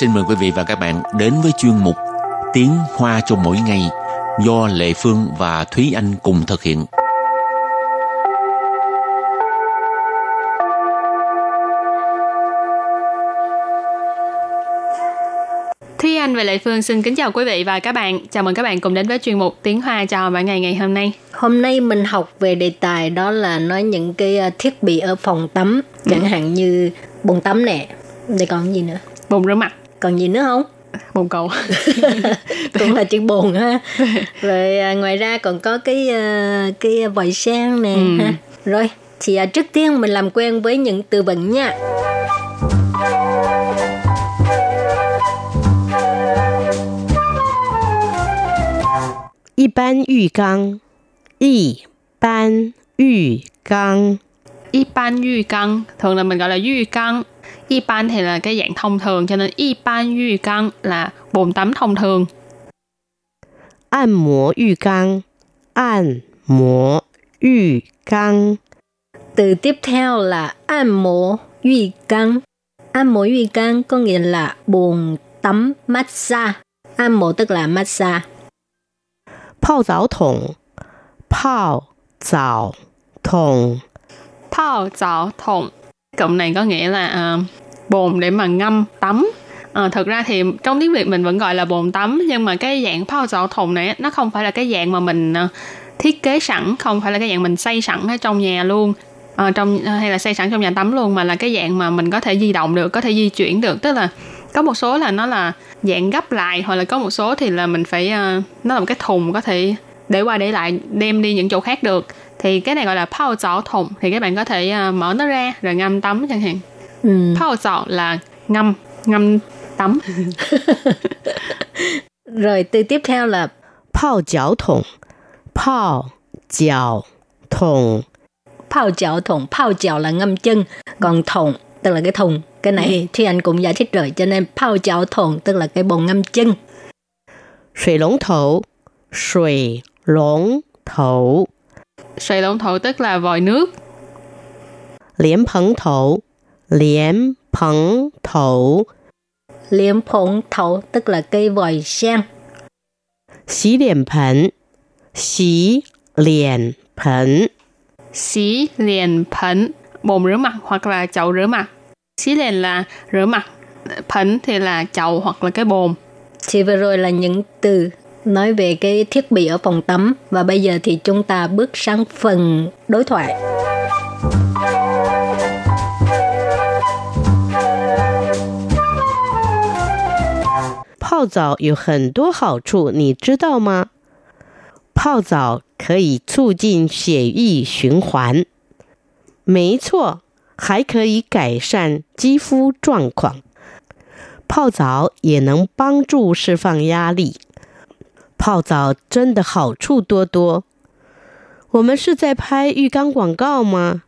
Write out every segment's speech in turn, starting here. xin mời quý vị và các bạn đến với chuyên mục Tiếng Hoa cho mỗi ngày do Lệ Phương và Thúy Anh cùng thực hiện. Thúy Anh và Lệ Phương xin kính chào quý vị và các bạn. Chào mừng các bạn cùng đến với chuyên mục Tiếng Hoa cho mỗi ngày ngày hôm nay. Hôm nay mình học về đề tài đó là nói những cái ờ, thiết bị ở phòng tắm, chẳng hạn như bồn tắm nè. Để còn gì nữa? Bồn rửa mặt, Còn gì nữa không? bồn cầu. Cũng là chữ bồn ha. Rồi à, ngoài ra còn có cái à, cái vòi sen nè Ừ. ha. Rồi thì à, trước tiên mình làm quen với những từ vựng nha. 一般浴缸，一般浴缸， Y ban yu căng, thường là mình gọi là yu căng. Y ban thì là cái dạng thông thường, cho nên y ban yu căng là bồn tắm thông thường. 按摩浴缸，按摩浴缸， Từ tiếp theo là an mổ uy căng. An mổ uy căng có nghĩa là bồn tắm massage. An mổ tức là massage. 泡澡桶，泡澡桶， Thao chảo thùng. Cụm này có nghĩa là à, bồn để mà ngâm tắm. Ờ, thực ra thì trong tiếng Việt mình vẫn gọi là bồn tắm nhưng mà cái dạng thao chảo thùng này á, nó không phải là cái dạng mà mình à, thiết kế sẵn, không phải là cái dạng mình xây sẵn ở trong nhà luôn. Ờ, trong hay là xây sẵn trong nhà tắm luôn mà là cái dạng mà mình có thể di động được, có thể di chuyển được, tức là có một số là nó là dạng gấp lại hoặc là có một số thì là mình phải à, nó là một cái thùng có thể để qua để lại đem đi những chỗ khác được thì cái này gọi là pao chảo thùng thì các bạn có thể à, mở nó ra rồi ngâm tắm chẳng hạn Ừ. pao chảo là ngâm ngâm tắm Rồi từ tiếp theo là 泡脚桶，泡脚桶， Phao chảo thùng, phao chảo là ngâm chân, còn thùng tức là cái thùng. Cái này thì anh cũng giải thích rồi, cho nên phao chảo thùng tức là cái bồn ngâm chân. 水龙头，水龙头，水龙头 tức là vòi nước 莲蓬头，莲蓬头， Liếm phổng thấu tức là cây vòi sen. 洗脸盆，洗脸盆， xí liền phấn bồn rửa mặt hoặc là chậu rửa mặt xí liền là rửa mặt phấn thì là chậu hoặc là cái bồn Thì vừa rồi là những từ nói về cái thiết bị ở phòng tắm và bây giờ thì chúng ta bước sang phần đối thoại. 泡澡有很多好处，你知道吗？泡澡可以促进血液循环，没错，还可以改善肌肤状况。泡澡也能帮助释放压力。泡澡真的好处多多。我们是在拍浴缸广告吗？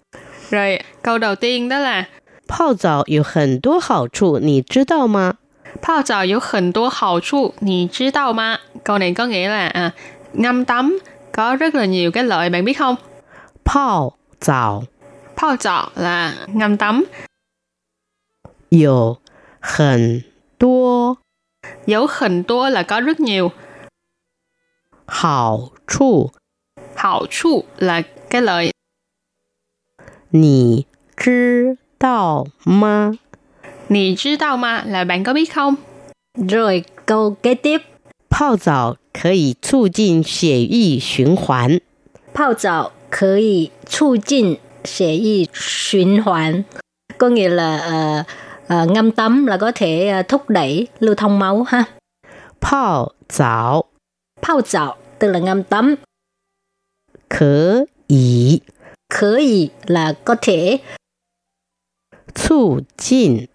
rồi câu đầu tiên đó là 泡澡有很多好处，你知道吗？ Pao chảo có hẳn đa hào chu, nì chí đào ma. Câu này có nghĩa là à, ngâm tắm có rất là nhiều cái lợi bạn biết không? 泡澡 Pao chảo là ngâm tắm, 有很多 dấu hẳn đa là có rất nhiều, 好处， hào chu là cái lợi. 你知道吗？ Nì chí đào ma là bạn có biết không? Rồi câu kế tiếp, 泡澡可以促进血液循环， phao chảo có thể chu trình sẽ y循hoàn. Có nghĩa là ờ, ờ, ngâm tắm là có thể ờ, thúc đẩy lưu thông máu ha. 泡澡 Phao chảo tức là ngâm tắm, 可以可以 là có thể, 促进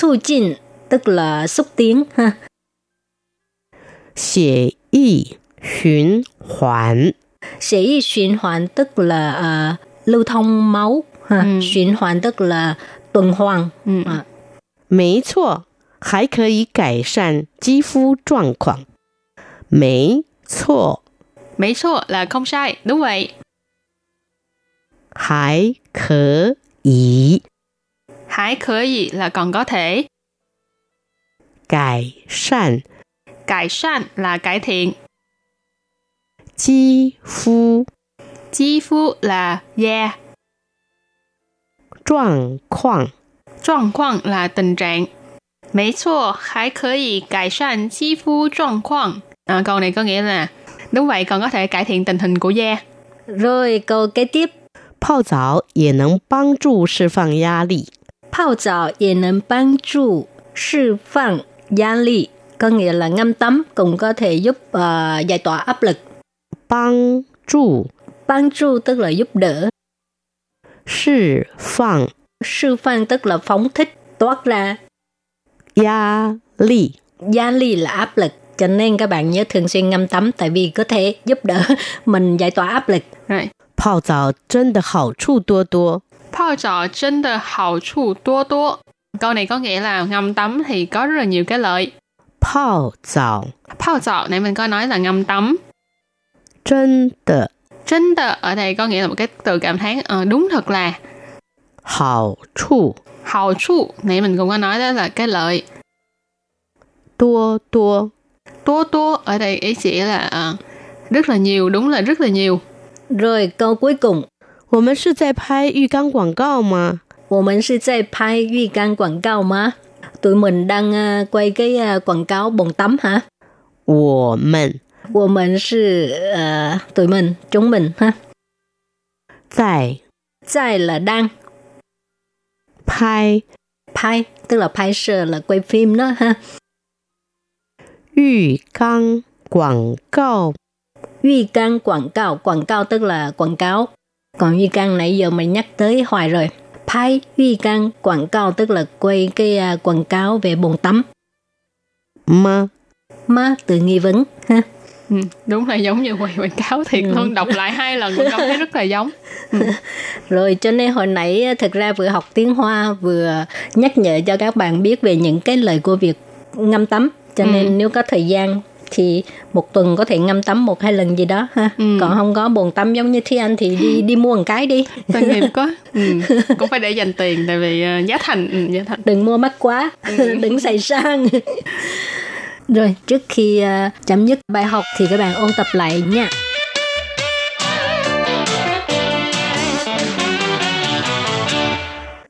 chu trình tức là xúc tiến ha. 血液循环， Sẽ y xuyên hoàn tức là ờ, lưu thông máu ha. Ừ. Xuyên hoàn tức là tuần hoàn. Ừ. À. 没错，还可以改善肌肤状况。没错， Mấy số là không sai, đúng vậy. 还可以 Hãy khởi gì là còn có thể. 改善、 cải sản là cải thiện, 肌肤 chi phu là da, 状况、状况 là tình trạng. Mấy chua, hãy có thể cải sản chi phu trạng quang. À, câu này có nghĩa là đúng vậy còn có thể cải thiện tình hình của da. Rồi câu kế tiếp, 泡澡也能帮助释放压力。泡澡也能帮助释放压力, có nghĩa là ngâm tắm cũng có thể giúp ờ, giải tỏa áp lực. 帮助 Ban chu tức là giúp đỡ, 释放 sư phan tức là phóng thích, toát ra, 压力。 gia ly là áp lực. Cho nên các bạn nhớ thường xuyên ngâm tắm tại vì có thể giúp đỡ mình giải tỏa áp lực. Rồi. 泡澡真的好处多多， Pao trò trên the hậu chu tua tua. Câu này có nghĩa là ngâm tắm thì có rất là nhiều cái lợi. 泡澡 Pao trò này mình có nói là ngâm tắm. 真的 Trên the ở đây có nghĩa là một cái từ cảm thán ờ, đúng thật là 好处 hậu chu này mình cũng có nói đó là cái lợi. 多多。 Tua tua ở đây ý chỉ là ờ, rất là nhiều, đúng là rất là nhiều. Rồi câu cuối cùng, 我们是在拍浴缸广告吗？我们是在拍浴缸广告吗？Tụi mình đang ờ, quay cái ờ, quảng cáo bồn tắm hả? 我们 Của mình sư ờ, tụi mình, chúng mình ha. 在 Tại là đang 拍拍, tức là拍摄là quay phim đó ha. 浴缸广告 Uy can quảng cáo, quảng cáo tức là quảng cáo. Còn uy can nãy giờ mình nhắc tới hoài rồi.拍 uy can quảng cáo tức là quay cái ờ, quảng cáo về bồn tắm. 吗？ Má từ nghi vấn ha. Ừ, đúng là giống như quay quảng cáo thiệt luôn đọc lại hai lần cũng cảm thấy rất là giống Rồi cho nên hồi nãy ờ, thực ra vừa học tiếng Hoa vừa nhắc nhở cho các bạn biết về những cái lời của việc ngâm tắm. Cho nên Ừ. nếu có thời gian thì một tuần có thể ngâm tắm một hai lần gì đó ha. Ừ. Còn không có bồn tắm giống như Thi Anh thì đi đi mua một cái đi. tội nghiệp quá ừ, cũng phải để dành tiền tại vì ờ, giá thành ừ, giá thành Đừng mua mắc quá, đừng xài sang. Rồi trước khi ờ, chấm dứt bài học thì các bạn ôn tập lại nha.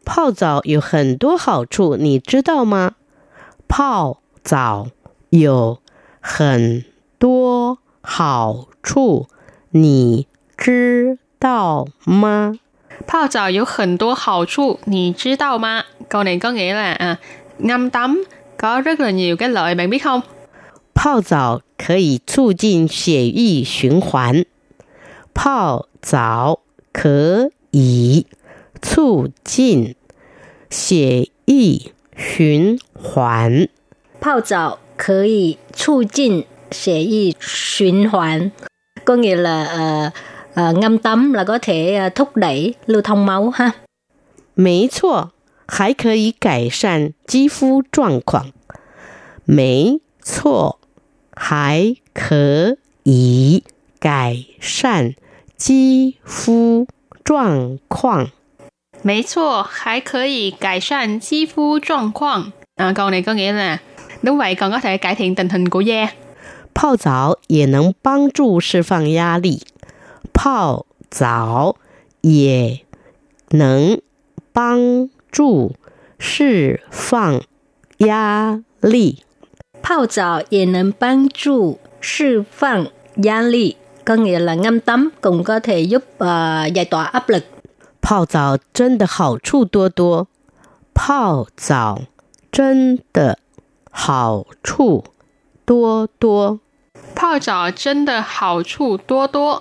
Pao 泡澡有很多好处，你知道吗？泡澡有很多好处，你知道吗？ Pao trò yếu hình tua hậu chu Nì chứ tao mà Câu này có nghĩa là à, Ngâm tắm Có rất là nhiều cái lợi bạn biết không 泡澡可以促进血液循环。泡澡可以促进血液循环。 Phao dạo có thể chu jin sẽ y xuyên hoàn. Có nghĩa là ờ, ờ, ngâm tắm là có thể ờ, thúc đẩy lưu thông máu ha. 没错，还可以改善肌肤状况。没错，还可以改善肌肤状况。 Mấy chua Hãy có thể cải sản chi phu trạng quang à, Câu này có nghĩa là Đúng vậy còn có thể cải thiện tình hình của da 泡澡也能帮助释放压力。泡澡也能帮助释放压力。 Phao dạo cũng能帮助释放压力. Có nghĩa là ngâm tắm cũng có thể giúp ờ, giải tỏa áp lực. 泡澡真的好处多多，泡澡真的好处多多。 Pao trò trên the hậu chu tua tua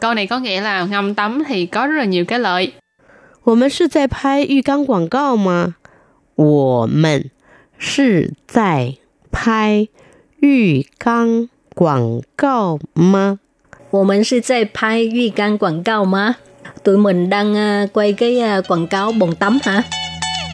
Câu này có nghĩa là ngâm tắm thì có rất là nhiều cái lợi 我们是在拍浴缸广告吗？我们是在拍浴缸广告吗？我们是在拍浴缸广告吗？Tụi mình đang ờ, quay cái ờ, quảng à, cáo bồn tắm hả?